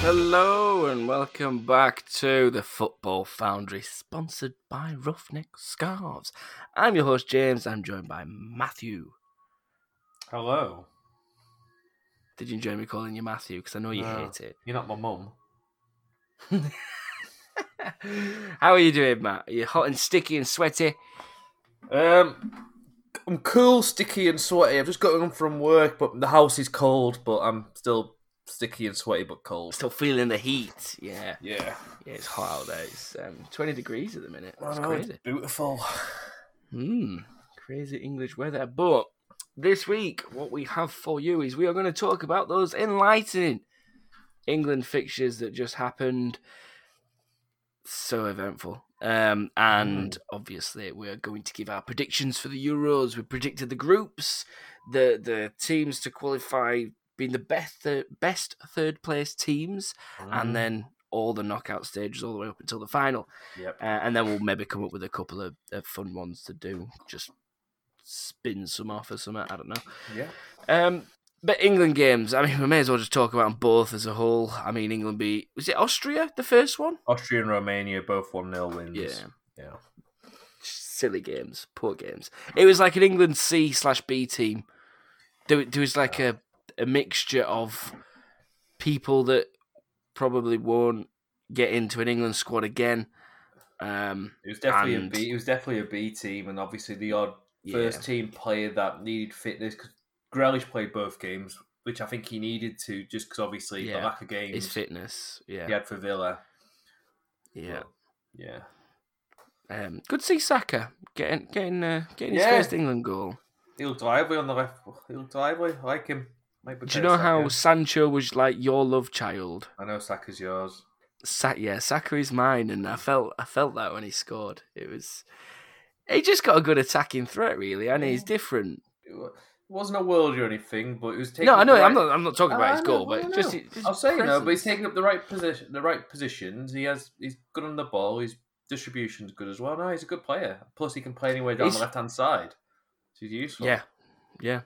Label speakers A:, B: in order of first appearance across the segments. A: Hello and welcome back to the Football Foundry, sponsored by Roughneck Scarves. I'm your host James. I'm joined by Matthew.
B: Hello.
A: Did you enjoy me calling you Matthew? Because I know you
B: No.
A: hate it.
B: You're not my mum.
A: How are you doing, Matt? Are you hot and sticky and sweaty?
B: Um, I'm cool, sticky, and sweaty. I've just got home from work, but the house is cold. But I'm still sticky and sweaty, but cold.
A: Still feeling the heat? Yeah,
B: Yeah,
A: yeah it's hot out there. It's um, 20 degrees at the minute.
B: I
A: That's
B: know, Oh, it's
A: crazy.
B: beautiful.
A: Hmm, crazy English weather. But this week, what we have for you is we are going to talk about those enlightening England fixtures that just happened. So eventful. Um, and obviously, we are going to give our predictions for the Euros. We predicted the groups, the the teams to qualify being the best th- best third place teams,
B: Mm-hmm.
A: and then all the knockout stages all the way up until the final
B: yep.
A: uh, and then we'll maybe come up with a couple of, of fun ones to do. Just spin some off or something. I don't know.
B: Yeah.
A: Um, but England games. I mean, we may as well just talk about them both as a whole. I mean, England beat was it Austria the first one?
B: Austria and Romania both one 0 wins.
A: Yeah.
B: Yeah.
A: Silly games, poor games. It was like an England C slash B team. There, there was like a a mixture of people that probably won't get into an England squad again. Um,
B: It was definitely
A: And-
B: a B. It was definitely a B team, and obviously the odd
A: yeah.
B: first team player that needed fitness because Grealish played both games, which I think he needed to just because obviously
A: Yeah,
B: the lack of games
A: his fitness. Yeah,
B: he had for Villa.
A: yeah.
B: Yeah.
A: Um, good to see Saka getting getting uh, getting his
B: Yeah.
A: first England goal.
B: He looked lively on the left. He looked lively. I like him. Might be
A: Do you
B: better
A: know how
B: Saka.
A: Sancho was like your love child?
B: I know Saka's yours.
A: Sa- yeah, Saka is mine, and I felt I felt that when he scored. It was he just got a good attacking threat, really, and he's
B: Yeah.
A: different.
B: It wa- it wasn't a world or anything, but it was taking.
A: no, I
B: up
A: know
B: the Uh,
A: I'm
B: right-
A: not I'm not talking about
B: I
A: his
B: know,
A: goal,
B: I
A: but
B: know.
A: just, just
B: I'll say no, but he's
A: presence.
B: taking up the right position, the right positions. He has, he's good on the ball. His distribution's good as well. No, he's a good player. Plus, he can play anywhere down
A: He's-
B: the left hand side. So he's useful.
A: yeah, yeah.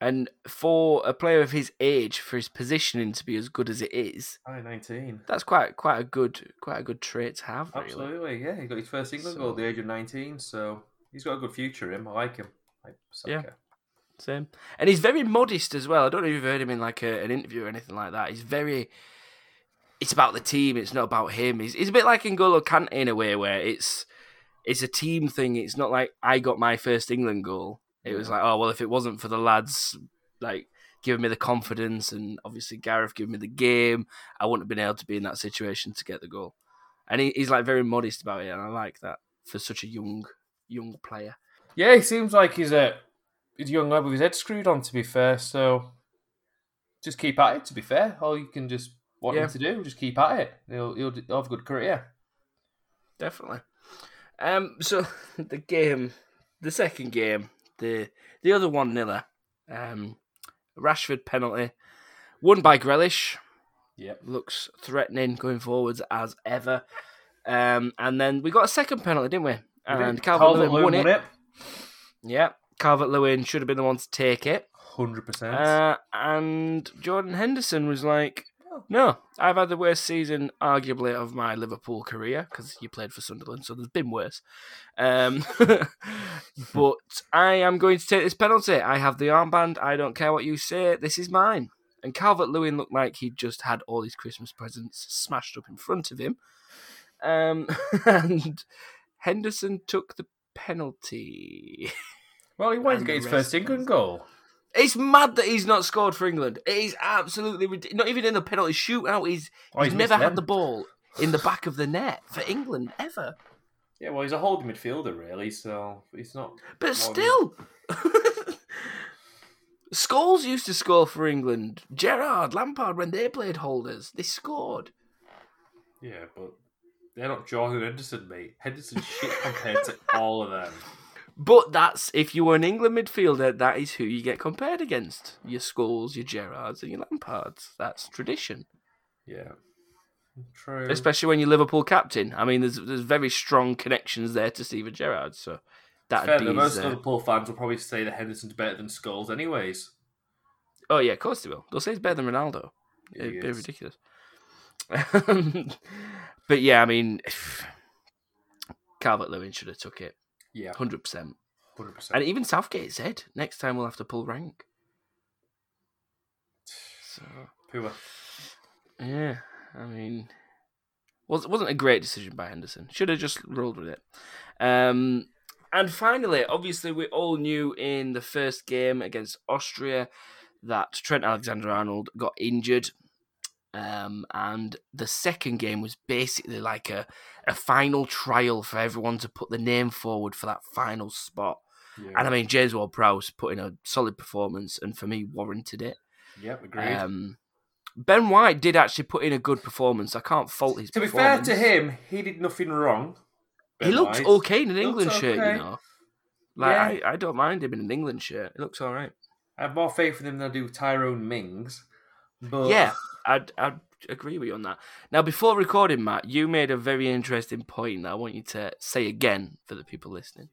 A: And for a player of his age, for his positioning to be as good as it is,
B: Aye, nineteen.
A: that's quite quite a good quite a good trait to have. Really.
B: Absolutely, yeah. He got his first England goal
A: So-
B: at the age of nineteen, so he's got a good future. Him, I like him. I like Saka.
A: Yeah. Same. And he's very modest as well. I don't know if you've heard him in like a, an interview or anything like that. He's very. It's about the team. It's not about him. He's, he's a bit like N'Golo Kante in a way where it's it's a team thing. It's not like I got my first England goal. It was
B: Yeah.
A: like, oh well, if it wasn't for the lads, like giving me the confidence and obviously Gareth giving me the game, I wouldn't have been able to be in that situation to get the goal. And he, he's like very modest about it, and I like that for such a young young player.
B: Yeah, he seems like he's a he's a young lad with his head screwed on. To be fair, so just keep at it. To be fair, all you can just want
A: Yeah.
B: him to do, just keep at it. He'll he'll, d- he'll have a good career.
A: Definitely. Um, so the game, the second game, the the other one niller, um, Rashford penalty, won by Grealish,
B: Yep.
A: looks threatening going forwards as ever. Um, and then we got a second penalty, didn't we? And Calvert Lewin won, it. Yeah, Calvert Lewin should have been the one to take it.
B: Hundred percent.
A: Uh, and Jordan Henderson was like, "No, I've had the worst season, arguably, of my Liverpool career because you played for Sunderland, so there's been worse. Um, but I am going to take this penalty. I have the armband. I don't care what you say. This is mine." And Calvert Lewin looked like he'd just had all his Christmas presents smashed up in front of him. Um, and Henderson took the penalty.
B: Well, he wanted to
A: and
B: get
A: the
B: his
A: rest
B: first England
A: was-
B: goal.
A: It's mad that he's not scored for England. It is absolutely ridiculous. Not even in the penalty shootout. He's,
B: Oh,
A: he's
B: missed
A: never had
B: them.
A: the ball in the back of the net for England ever.
B: Yeah, well, he's a holding midfielder, really. So it's not.
A: But
B: Well,
A: still, Scholes used to score for England. Gerard, Lampard, when they played holders, they scored.
B: Yeah, but they're not Jordan Henderson, mate. Henderson shit compared to all of them.
A: But that's if you were an England midfielder, that is who you get compared against. Your Scholes, your Gerrards, and your Lampards. That's tradition.
B: Yeah. True.
A: especially when you're Liverpool captain. I mean, there's there's very strong connections there to Steven Gerrard, so that'd
B: Fair,
A: be
B: though,
A: his,
B: most
A: uh,
B: Liverpool fans will probably say that Henderson's better than Skulls, anyways.
A: oh yeah, of course they will. They'll say he's better than Ronaldo. It'd be
B: Idiots.
A: ridiculous. but yeah, I mean, Calvert Lewin should have took it
B: Yeah,
A: 100%.
B: hundred percent.
A: And even Southgate said, next time we'll have to pull rank. So, yeah, I mean, was, wasn't a great decision by Henderson. Should have just rolled with it. Um, and finally, obviously, we all knew in the first game against Austria that Trent Alexander Arnold got injured. Um, and the second game was basically like a, a final trial for everyone to put the name forward for that final spot. And I mean, James Ward Prowse put in a solid performance and for me warranted it.
B: Yep, agreed.
A: Um, ben White did actually put in a good performance. I can't fault his
B: to be fair
A: performance.
B: to him, he did nothing wrong.
A: he
B: Ben
A: looks
B: White.
A: okay in an
B: Looks
A: England shirt,
B: okay.
A: you know. Like,
B: Yeah.
A: I, I don't mind him in an England shirt. It looks all right.
B: I have more faith in him than I do Tyrone Mings. But
A: Yeah, I'd, I'd agree with you on that. Now, before recording, Matt, you made a very interesting point that I want you to say again for the people listening.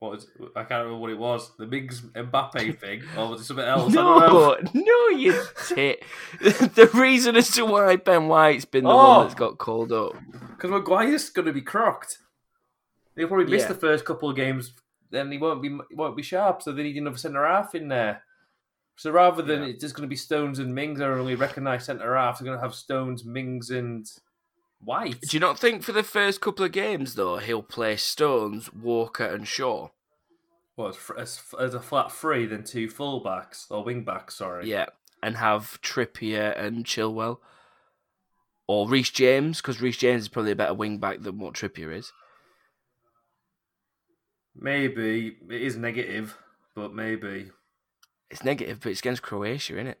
B: what was, I can't remember what it was. The Mings Mbappe thing, or was it something else? I don't know.
A: No, no, you tit. the reason as to why Ben White's been the
B: Oh.
A: one that's got called up.
B: Because Maguire's going to be crocked. He'll probably miss
A: Yeah.
B: the first couple of games. Then he won't be he won't be sharp. So they need another centre half in there. So rather than
A: Yeah.
B: it's just going to be Stones and Mings, are only recognised centre half. They're going to have Stones, Mings, and White.
A: Do you not think for the first couple of games though he'll play Stones, Walker, and Shaw?
B: Well, as, fr- as, f- as a flat three, then two fullbacks or wing backs. Sorry.
A: Yeah, and have Trippier and Chilwell, or Reece James because Reece James is probably a better wing back than what Trippier is.
B: Maybe it is negative, but maybe
A: It's negative, but it's against Croatia, isn't it?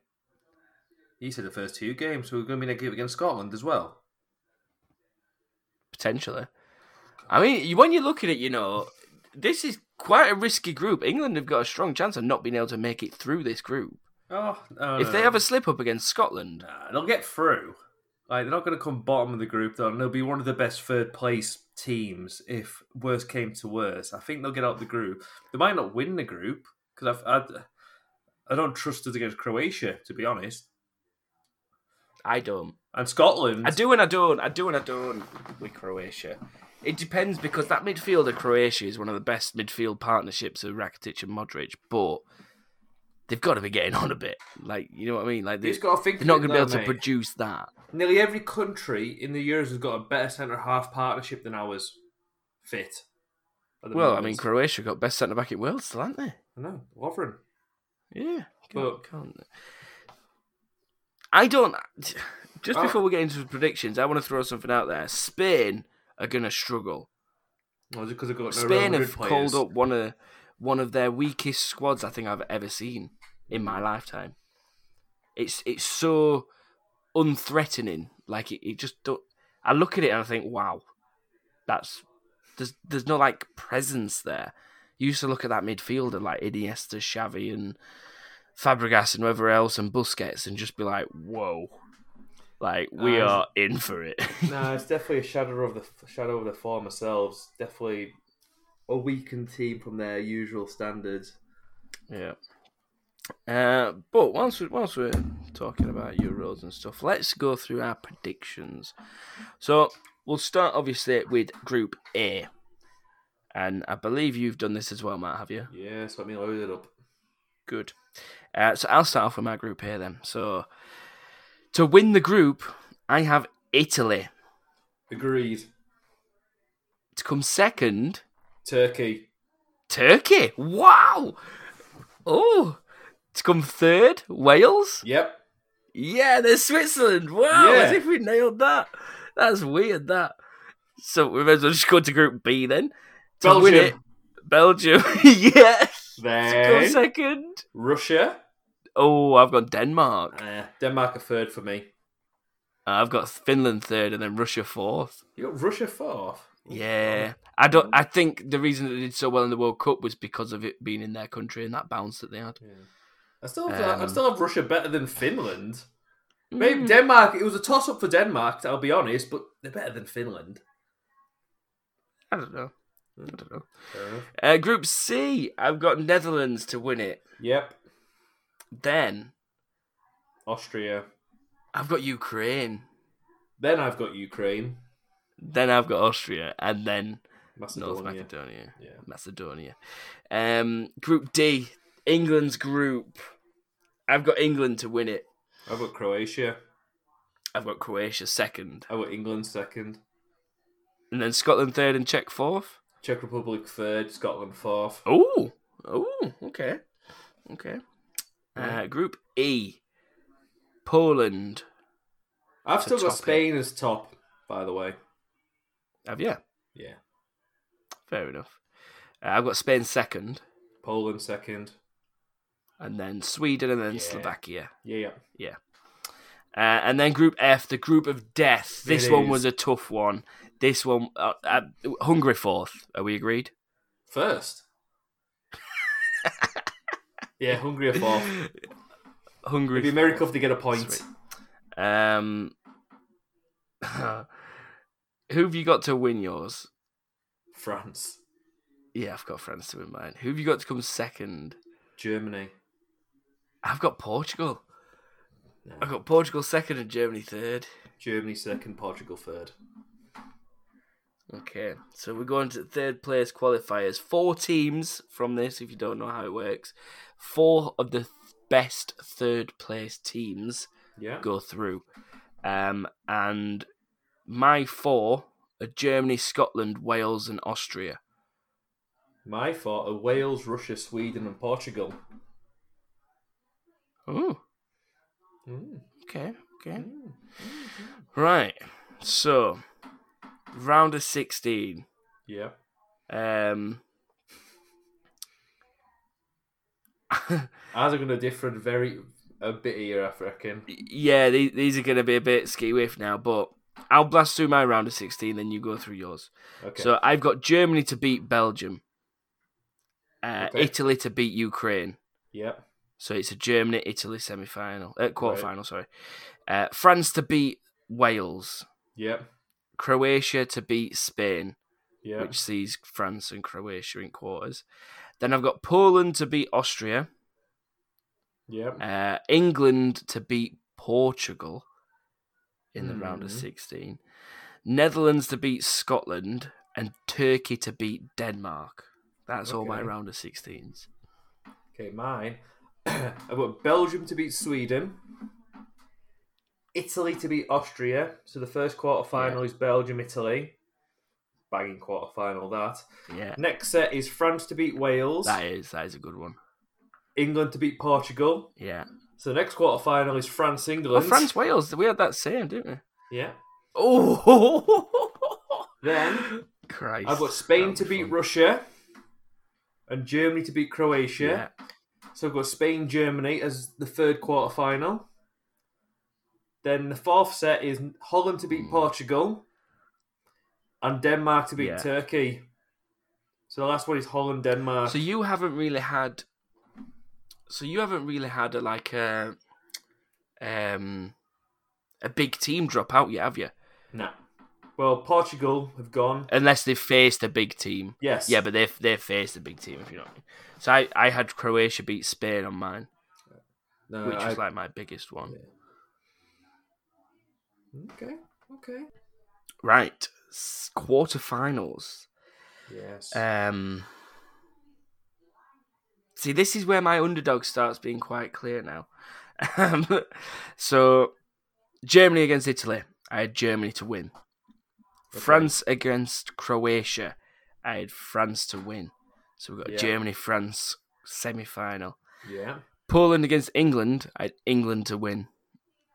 B: he said the first two games, so we're going to be negative against Scotland as well.
A: Potentially. I mean, you- when you look at it, you know, this is quite a risky group. England have got a strong chance of not being able to make it through this group.
B: Oh, no,
A: If
B: no,
A: they
B: no.
A: have a slip up against Scotland,
B: Nah, they'll get through. Like they're not going to come bottom of the group though, and they'll be one of the best third place teams if worst came to worst. I think they'll get out the group. They might not win the group because I've, I've I don't trust us against Croatia to be honest,
A: I don't.
B: and Scotland.
A: I do and I don't. I do and I don't with Croatia. It depends because that midfielder Croatia is one of the best midfield partnerships of Rakitic and Modric, but they've got to be getting on a bit. Like you know what I mean? Like they,
B: He's
A: they're
B: got to think.
A: not
B: of
A: going to
B: it
A: be
B: though,
A: able to
B: mate.
A: produce that.
B: Nearly every country in the Euros has got a better centre half partnership than ours. Fit. at the
A: Well, I
B: moment.
A: mean, Croatia got best centre back in world still, aren't they?
B: I know Lovren.
A: Yeah,
B: But-
A: can't, can't they? I don't. Just
B: Oh.
A: before we get into the predictions, I want to throw something out there. Spain are going to struggle.
B: Well, because they've got no
A: Spain
B: Real Madrid
A: have
B: players.
A: called up one of one of their weakest squads I think I've ever seen in my lifetime. It's it's so unthreatening. Like it, it just don't. I look at it and I think, wow, that's there's there's no like presence there. You used to look at that midfielder like Iniesta, Xavi, and Fabregas, and whoever else, and Busquets, and just be like, whoa, like we
B: Uh,
A: are in for it.
B: No, it's definitely a shadow of the shadow of the former selves. Definitely a weakened team from their usual standards.
A: Yeah. Uh, but once we once we're talking about Euros and stuff, let's go through our predictions. So we'll start obviously with Group A, and I believe you've done this as well, Matt. Have you?
B: Yeah, so I mean, load it up.
A: Good. Uh, so I'll start off with my Group A then. So to win the group, I have Italy
B: Agreed.
A: to come second.
B: Turkey.
A: Turkey. Wow. Oh. To come third, Wales.
B: Yep.
A: Yeah, there's Switzerland. Wow,
B: Yeah.
A: as if we nailed that. That's weird. That. So we may as well just go to Group B then. To win
B: Belgium.
A: it, Belgium. yeah. Go
B: Then
A: second.
B: Russia.
A: Oh, I've got Denmark.
B: Uh, Denmark are third for me.
A: I've got Finland third, and then Russia fourth.
B: You got Russia fourth.
A: Yeah, I don't. I think the reason they did so well in the World Cup was because of it being in their country and that bounce that they had.
B: Yeah. I still, have, I
A: Um,
B: still have Russia better than Finland.
A: Hmm.
B: Maybe Denmark. It was a toss up for Denmark. I'll be honest, but they're better than Finland.
A: I don't know. I don't know.
B: Fair enough.
A: Uh, group C, I've got Netherlands to win it.
B: Yep.
A: Then
B: Austria.
A: I've got Ukraine.
B: Then I've got Ukraine,
A: Then I've got Austria, and then
B: Macedonia.
A: North Macedonia.
B: Yeah.
A: Macedonia. Um, group D, England's group. I've got England to win it.
B: I've got Croatia.
A: I've got Croatia second,
B: I've got England second.
A: and then Scotland third and Czech fourth.
B: Czech Republic third. Scotland fourth.
A: Oh, oh, okay, okay. Uh, group E, Poland.
B: I've
A: to
B: still got
A: top it.
B: Spain as top, by the way.
A: Have Oh, yeah,
B: Yeah.
A: fair enough. Uh, I've got Spain second,
B: Poland second.
A: and then Sweden, and then
B: Yeah.
A: Slovakia.
B: Yeah, yeah.
A: Uh, and then Group F, the group of death. This
B: It
A: one
B: is.
A: was a tough one. This one, uh, uh, Hungary fourth. Are we agreed?
B: First. yeah, Hungary are fourth.
A: Hungary.
B: It'd be a miracle if they get a point.
A: Sweet. Um, who have you got to win yours?
B: France,
A: Yeah, I've got France to win mine. Who have you got to come second?
B: Germany.
A: I've got Portugal.
B: No.
A: I've got Portugal second and Germany third.
B: Germany second, Portugal third.
A: Okay, so we're going to third place qualifiers. Four teams from this, if you don't know how it works. Four of the th- best third place teams
B: Yeah.
A: go through. Um, and my four are Germany, Scotland, Wales, and Austria.
B: My four are Wales, Russia, Sweden, and Portugal.
A: Oh,
B: Mm.
A: okay, okay.
B: Mm.
A: Right. So, round of 16.
B: Yeah.
A: Um,
B: Ours are going to differ very a bit here, I reckon.
A: yeah, these, these are going to be a bit ski whiff now, but I'll blast through my round of 16, then you go through yours.
B: Okay.
A: So, I've got Germany to beat Belgium, uh,
B: Okay.
A: Italy to beat Ukraine.
B: yeah.
A: So, it's a Germany Italy semi final, uh, quarter final, sorry. Uh, France to beat Wales,
B: Yeah.
A: Croatia to beat Spain.
B: Yeah.
A: which sees France and Croatia in quarters. Then I've got Poland to beat Austria,
B: Yeah.
A: uh, England to beat Portugal in the round of
B: Mhm.
A: 16, Netherlands to beat Scotland, and Turkey to beat Denmark. That's all my
B: Okay.
A: round of 16s.
B: Okay, mine. I've got Belgium to beat Sweden, Italy to beat Austria. So the first quarter final is Belgium, Italy. Banging quarter final that.
A: Yeah,
B: Next set is France to beat Wales,
A: that is that is a good one.
B: England to beat Portugal.
A: Yeah,
B: So the next quarter final is France,
A: well,
B: England.
A: Oh, France Wales we had that same, didn't we?
B: Yeah.
A: Oh,
B: Then
A: Christ!
B: I've got Spain
A: that'll
B: to beat
A: fun.
B: Russia and Germany to beat Croatia.
A: Yeah,
B: So I've got Spain, Germany as the third quarter final. Then the fourth set is Holland to beat
A: Hmm.
B: Portugal and Denmark to beat
A: Yeah.
B: Turkey. So the last one is Holland, Denmark.
A: So you haven't really had. So you haven't really had a like a, um, a big team drop out yet, have you?
B: nah. Well, Portugal have gone.
A: Unless they've faced a big team.
B: Yes.
A: Yeah, but they've they've faced a big team. If you know. what I mean. So I I had Croatia beat Spain on mine,
B: No,
A: which
B: I-
A: was like my biggest one.
B: Okay. Okay.
A: Right, s- quarterfinals.
B: Yes.
A: Um. See, this is where my underdog starts being quite clear now. Um, so, Germany against Italy. I had Germany to win.
B: Okay.
A: France against Croatia. I had France to win. So we've got
B: Yeah.
A: Germany France semi final.
B: yeah.
A: Poland against England. I had England to win.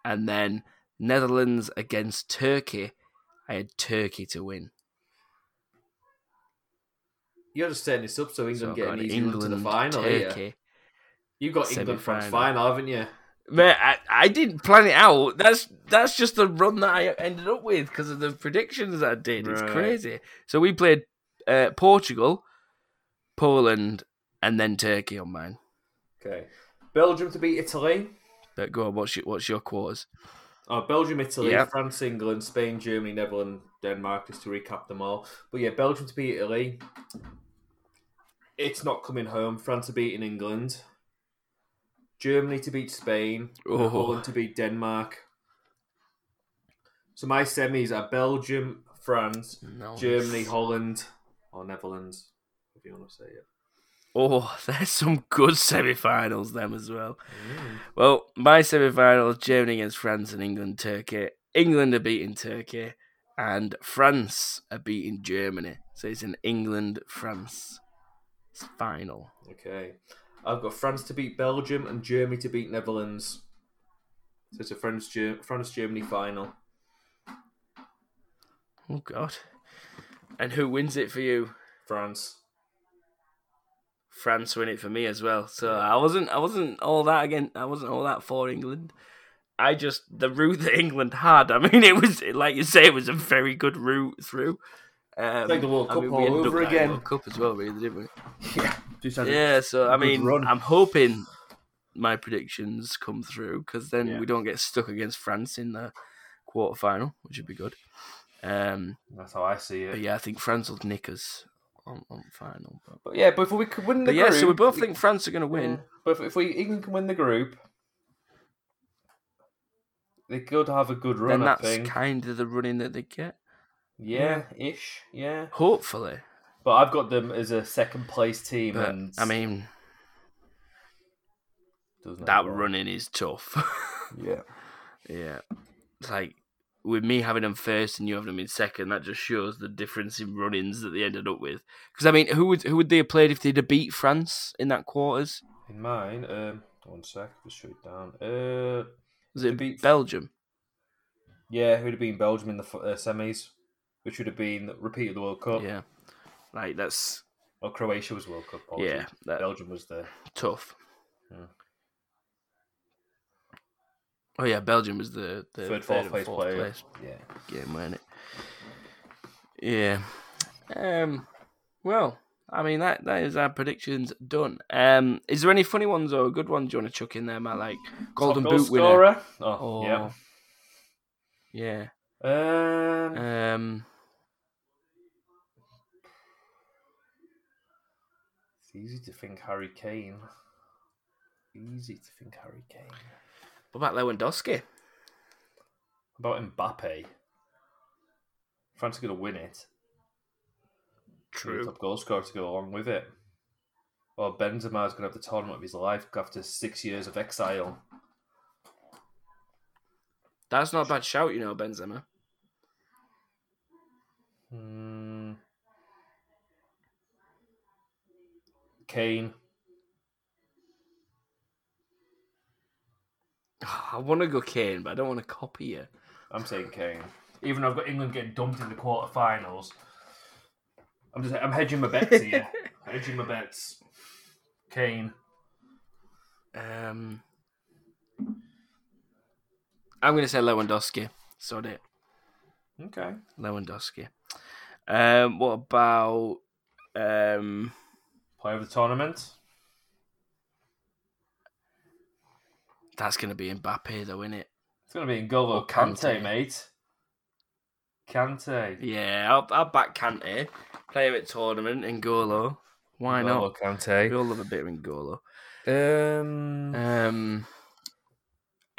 A: And then Netherlands against Turkey. I had Turkey to win.
B: You're just setting this up so
A: So
B: England
A: I've
B: get
A: got
B: an
A: an
B: easy run to the final. here.
A: Turkey.
B: You've got England France
A: Semi-final.
B: final, haven't you?
A: Man, I, I didn't plan it out. That's that's just the run that I ended up with because of the predictions I did. It's
B: Right.
A: crazy. So we played uh, Portugal, Poland, and then Turkey on mine.
B: Okay. Belgium to beat Italy.
A: But go on, what's your, what's your quarters?
B: Oh, Belgium, Italy,
A: Yeah.
B: France, England, Spain, Germany, Netherlands, Denmark, just to recap them all. But yeah, Belgium to beat Italy. It's not coming home. France to beat in England. Germany to beat Spain.
A: Oh.
B: Holland to beat Denmark. So my semis are Belgium, France,
A: No.
B: Germany, Holland, or Netherlands, if you want to say it.
A: Oh, there's some good semi-finals them as well. Well, my semi-final Germany against France and England, Turkey. England are beating Turkey, and France are beating Germany. So it's an England France final.
B: Okay. I've got France to beat Belgium and Germany to beat Netherlands. So it's a France Ger- France Germany final.
A: Oh God! And who wins it for you?
B: France.
A: France win it for me as well. So I wasn't I wasn't all that again. I wasn't all that for England. I just the route that England had. I mean, it was like you say, it was a very good route through. Um,
B: Like the World
A: I
B: Cup
A: mean,
B: all
A: ended up
B: over
A: like
B: again.
A: World Cup as well, really, didn't we?
B: Yeah.
A: Yeah. So I
B: good
A: mean,
B: run.
A: I'm hoping my predictions come through because then
B: Yeah.
A: we don't get stuck against France in the quarter final, which would be good. Um,
B: That's how I see
A: but
B: it.
A: yeah, I think France will nick us on, on final. But,
B: But yeah, but if we could win the
A: but yeah,
B: group,
A: so we both think France are going to win.
B: win. But if, if we England can win the group, they could have a good run.
A: then
B: I
A: that's
B: think.
A: kind of the running that they get.
B: yeah, ish. Yeah.
A: Hopefully,
B: But I've got them as a second place team.
A: but
B: and
A: I mean
B: doesn't
A: that
B: everyone?
A: running is tough.
B: Yeah.
A: yeah, it's like with me having them first and you having them in second. That just shows the difference in runnings that they ended up with. Because I mean, who would who would they have played if they'd have beat France in that quarters?
B: In mine, um, one sec, just shoot down. Uh,
A: Was it
B: They beat-
A: Belgium?
B: yeah, who'd have been Belgium in the f- uh, semis, which would have been repeat of the World Cup.
A: Yeah, like that's
B: Well, Croatia was World Cup. apologies.
A: yeah, that
B: Belgium was there.
A: tough.
B: Yeah.
A: Oh yeah, Belgium was the, the
B: Third, fourth
A: and
B: place
A: fourth
B: player.
A: place.
B: Yeah.
A: game, weren't it? Yeah. Um. Well, I mean that that is our predictions done. Um. Is there any funny ones or a good ones you want to chuck in there, Matt? Like golden
B: Top goal
A: boot winner.
B: scorer. Oh,
A: Or,
B: yeah.
A: Yeah.
B: Um,
A: Um.
B: it's easy to think Harry Kane. Easy to think Harry Kane.
A: What about Lewandowski?
B: About Mbappe. France are going to win it. Need a Top goal scorer to go along with it. Well, Benzema's going to have the tournament of his life after six years of exile.
A: That's not a bad shout, you know, Benzema.
B: Hmm. Kane.
A: I want to go Kane, but I don't want to copy you.
B: I'm saying Kane. Even though I've got England getting dumped in the quarterfinals, I'm just I'm hedging my bets here. hedging my bets. Kane.
A: Um. I'm gonna say Lewandowski. Sod it.
B: Okay.
A: Lewandowski. Um, what about um,
B: Player of the tournament.
A: that's going to be Mbappe though, isn't it?
B: It's gonna be N'Golo
A: Or Kante.
B: Kante, mate. Kante.
A: Yeah, I'll, I'll back Kante. Play him at tournament in Golo. Why not? We
B: Kante.
A: all love a bit of N'Golo.
B: Um,
A: Um,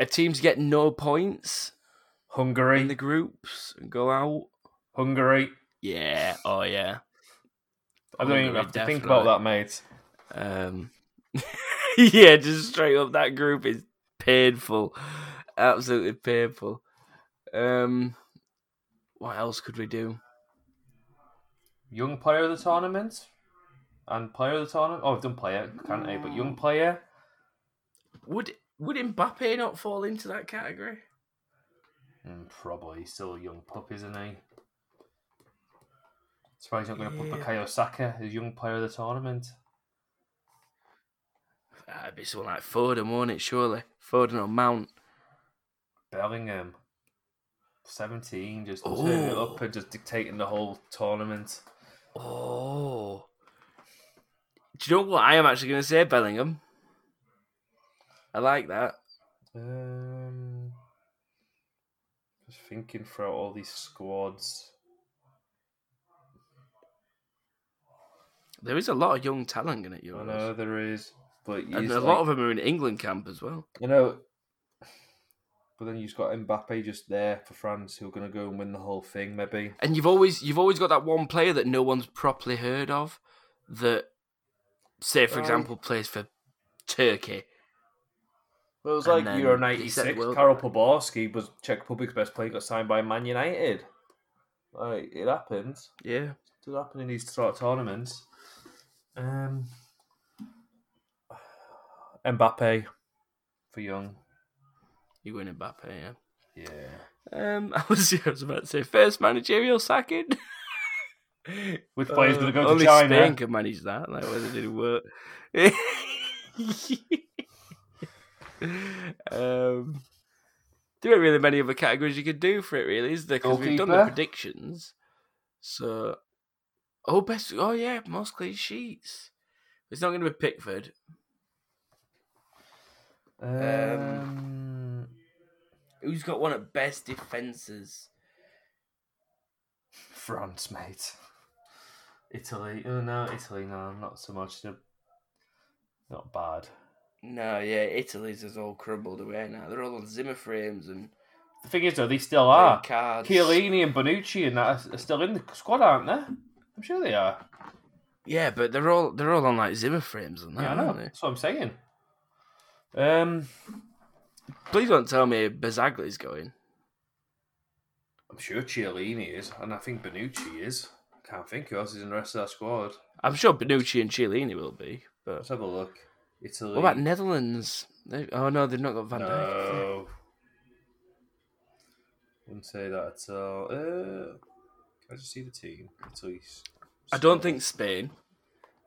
A: a team to get no points
B: Hungary.
A: in the groups and go out.
B: Hungary.
A: Yeah. Oh yeah.
B: I don't even
A: Hungary,
B: have to think about that, mate.
A: Um, yeah, just straight up, that group is painful, absolutely painful. Um, what else could we do?
B: Young player of the tournament. And player of the tournament. Oh, I've done player, Kante, but young player.
A: Would would Mbappe not fall into that category?
B: Mm, probably still a young pup, isn't he? Surprised you're not going to
A: Yeah.
B: put Bukayo Saka as young player of the tournament.
A: That'd Ah, be someone like Foden, won't it? Surely Foden or Mount.
B: Bellingham, seventeen, just turning it up
A: Ooh.
B: and just dictating the whole tournament.
A: Oh, do you know what I am actually going to say? Bellingham. I like that.
B: Um, just thinking throughout all these squads.
A: There is a lot of young talent in it, you
B: I
A: know,
B: know there is, but he's
A: and a
B: like-
A: lot of them are in England camp as well.
B: you know. But then you've got Mbappe just there for France, who are going to go and win the whole thing, maybe.
A: And you've always you've always got that one player that no one's properly heard of that say for
B: Right.
A: example plays for Turkey.
B: Well, it was
A: And
B: like
A: then
B: Euro
A: he said
B: '96.
A: world-
B: Karol Poborski was Czech Republic's best player, got signed by Man United. Like it happens.
A: Yeah.
B: does happen in these sort of tournaments. Um, Mbappe for Young.
A: You win Mbappe, yeah.
B: Yeah.
A: Um I was, I was about to say first managerial sacking.
B: Which player's going to
A: Uh,
B: go to
A: only
B: China?
A: Spain can manage that. Like whether it didn't work. um, there aren't really many other categories you could do for it, really, is there? Because we've done the
B: Goalkeeper.
A: predictions. So, oh, best. Oh yeah, most clean sheets. It's not going to be Pickford.
B: Um,
A: Who's got one at best defenses?
B: France, mate. Italy. Oh no, Italy. No, not so much. They're not bad.
A: No, yeah, Italy's is all crumbled away now. They're all on Zimmer frames and
B: The thing is, though, they still
A: playing
B: are.
A: cards.
B: Ah, Chiellini and Bonucci and that are- are still in the squad, aren't they? I'm sure they are.
A: Yeah, but they're all they're all on like Zimmer frames and that,
B: Yeah, I know.
A: aren't they?
B: That's what I'm saying. Um,
A: Please don't tell me Bazagli's going.
B: I'm sure Chiellini is, and I think Benucci is. Can't think who else is in the rest of that squad.
A: I'm sure Benucci and Chiellini will be. But
B: Let's have a look. Italy.
A: what about Netherlands? They, oh no, they've not got Van Dijk. have they?
B: no. Wouldn't say that at all. Uh, can I just see the team? Italy's.
A: I don't think Spain.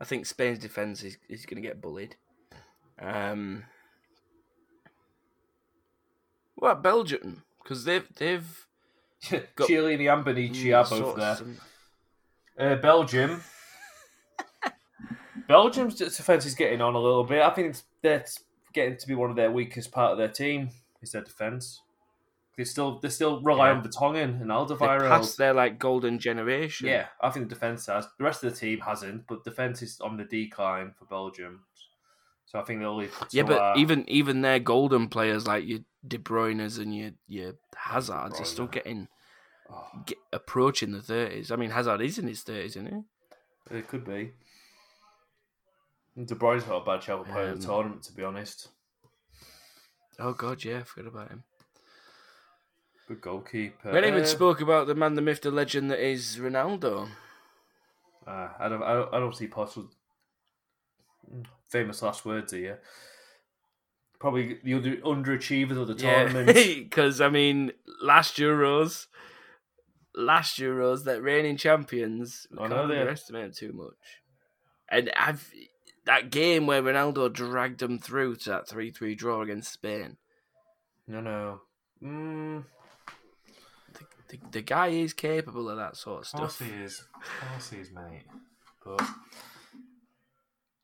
A: I think Spain's defense is, is going to get bullied. Um, what about Belgium? Because they've they've got-
B: Chiellini and Benucci are both
A: sorted
B: there.
A: some-
B: Uh, Belgium. Belgium's defense is getting on a little bit. I think it's that's getting to be one of their weakest part of their team is their defense. They still they still rely
A: Yeah.
B: on Vertonghen and
A: They've
B: Alderweireld.
A: passed their like golden generation.
B: Yeah, I think the defense has. The rest of the team hasn't, but defense is on the decline for Belgium. So I think they'll leave. uh,
A: Yeah, but
B: Courtois.
A: even even their golden players like your De Bruyne's and your your Hazards are still
B: Bruyne.
A: getting
B: Oh,
A: get, approaching the thirties. I mean, Hazard is in his thirties, isn't he?
B: it could be. De Bruyne's not a bad shout player of the
A: Um,
B: tournament, to be honest.
A: Oh God, yeah, I forgot about him.
B: Good goalkeeper.
A: we haven't even
B: Uh,
A: spoke about the man, the myth, the legend that is Ronaldo.
B: Uh, I don't, I don't, I don't see possible. mm, Famous last words here. Probably the under, underachievers of the tournament.
A: because I mean, last Euros, last Euros, that reigning champions. We
B: I
A: can't
B: know they-
A: underestimate 'em too much. And I've that game where Ronaldo dragged them through to that three-three draw against Spain.
B: no, no. Mm,
A: The, the, the guy is capable of that sort of stuff.
B: is. Of course he is, mate. But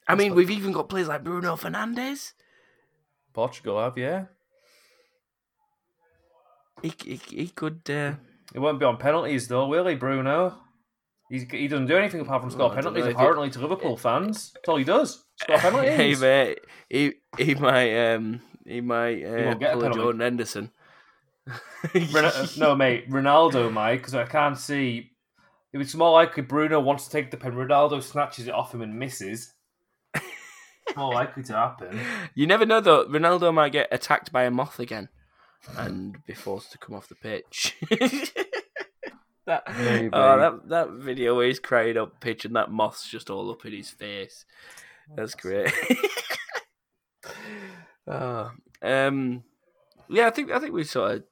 A: I mean, we've even got players like Bruno Fernandes.
B: Portugal have, yeah.
A: He, he, he could. Uh,
B: It won't be on penalties though, will he, Bruno? He's, he doesn't do anything apart from score
A: Well, I don't
B: penalties.
A: know if he-
B: Apparently, to Liverpool fans, that's all he does. Score penalties.
A: Hey mate, he he might um he might uh,
B: won't get a
A: pull a
B: penalty.
A: Jordan Henderson.
B: Ren- uh, no, mate, Ronaldo, mate, because I can't see. It was more likely Bruno wants to take the pen. Ronaldo snatches it off him and misses. It's more likely to happen.
A: You never know though. Ronaldo might get attacked by a moth again, and be forced to come off the pitch. that
B: Maybe.
A: oh, that that video where he's crying up pitch and that moth's just all up in his face. That's great. oh, um, yeah, I think I think we sort of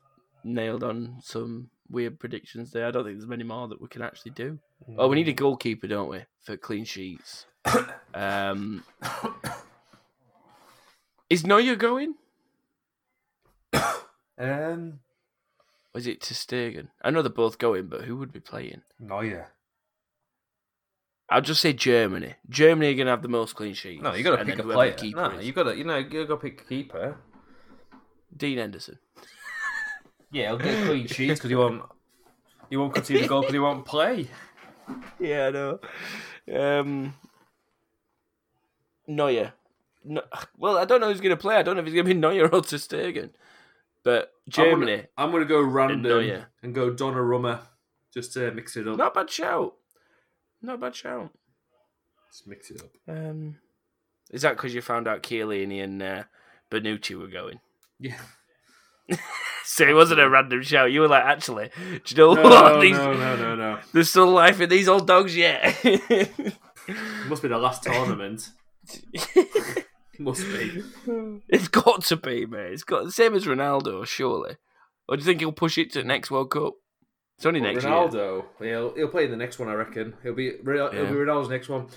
A: nailed on some weird predictions there. I don't think there's many more that we can actually do. Oh, we need a goalkeeper, don't we, for clean sheets? um, is Neuer going?
B: Um,
A: Or is it to Stegen? I know they're both going, but who would be playing?
B: Neuer.
A: I'll just say Germany. Germany are going to have the most clean sheets.
B: No, you got to
A: and
B: pick a
A: then whoever the
B: player.
A: keeper
B: No,
A: is.
B: you got to, you know, you got to pick a keeper.
A: Dean Henderson.
B: Yeah, he'll get clean sheets because he won't, he won't concede a goal because he won't play.
A: Yeah, I know. Um, Neuer. No, well, I don't know who's going to play. I don't know if it's going to be Neuer or Ter Stegen. But Germany,
B: I'm going to go
A: know
B: random
A: ya.
B: and go Donnarumma just to mix it up.
A: not a bad shout. Not a bad shout.
B: Just mix it up.
A: Um, is that because you found out Chiellini and uh, Benucci were going?
B: Yeah.
A: So it wasn't a random shout. You were like, actually, do you know
B: No,
A: what?
B: no,
A: These,
B: no, no, no, no.
A: There's still life in these old dogs yet.
B: It must be the last tournament. must be.
A: it's got to be, mate. It's got same as Ronaldo, surely. Or do you think he'll push it to the next World Cup? It's only next year.
B: Ronaldo, he'll, he'll play in the next one, I reckon. He'll be Ronal- he'll
A: Yeah.
B: be Ronaldo's next one.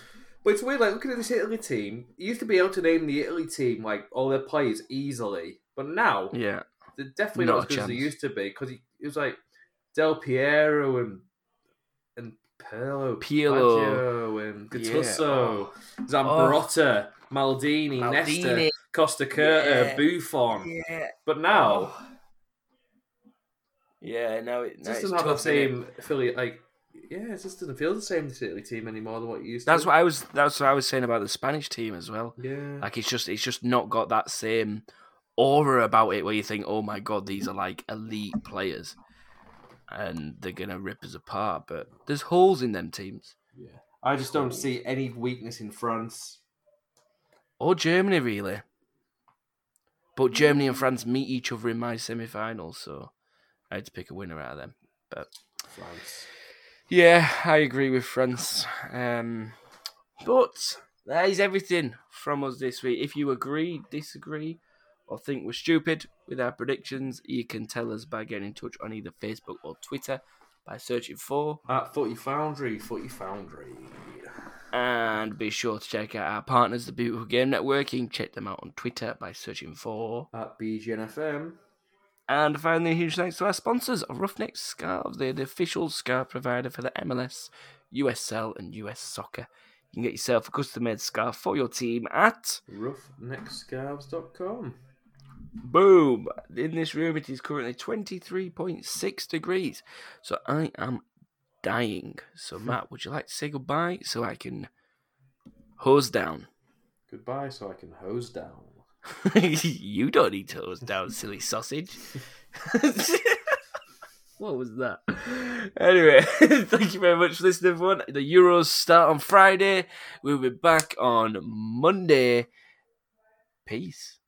B: But it's weird, like looking at this Italy team. You used to be able to name the Italy team like all their players easily, but now
A: Yeah,
B: they're definitely not,
A: Not
B: as
A: a
B: good as they
A: chance.
B: used to be because it was like Del Piero and and Pirlo,
A: Pirlo.
B: Baggio and
A: Yeah. Oh.
B: Gattuso, Zambrotta, Maldini, Nesta,
A: Maldini.
B: Costa Curta,
A: Yeah.
B: Buffon.
A: yeah, Oh,
B: But now
A: yeah. Now it
B: it
A: now
B: just
A: it's
B: doesn't have the
A: tough, innit?
B: same affiliate. Like, yeah, it just doesn't feel the same this Italy team anymore than what it used
A: That's
B: to.
A: what I was. That's what I was saying about the Spanish team as well.
B: Yeah.
A: Like it's just it's just not got that same aura about it where you think, oh my god, these are like elite players, and they're gonna rip us apart. But there's holes in them teams
B: I just don't see any weakness in France.
A: or Germany really. But Germany and France meet each other in my semi-finals, so I had to pick a winner out of them.
B: France.
A: Yeah, I agree with France. Um, but that is everything from us this week. If you agree, disagree, or think we're stupid with our predictions, you can tell us by getting in touch on either Facebook or Twitter by searching for.
B: At Footy Foundry, Footy Foundry.
A: And be sure to check out our partners, the Beautiful Game Networking. Check them out on Twitter by searching for.
B: At BGNFM.
A: And finally, a huge thanks to our sponsors, Roughneck Scarves. They're the official scarf provider for the MLS, USL, and US Soccer. You can get yourself a custom made scarf for your team at
B: roughneckscarves.com.
A: Boom! In this room, it is currently 23.6 degrees. So I am dying. So, Matt, would you like to say goodbye so I can hose down?
B: Goodbye, so I can hose down.
A: you don't need to hose down, silly sausage. what was that? Anyway, thank you very much for listening, everyone. The Euros start on Friday. We'll be back on Monday. Peace.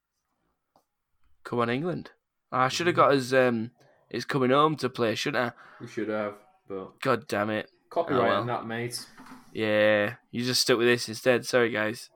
A: Come on, England. I should have got his um his coming home to play, shouldn't I?
B: We should have, but
A: God damn it.
B: copyright
A: well.
B: on that, mate.
A: Yeah. You just stuck with this instead. Sorry guys.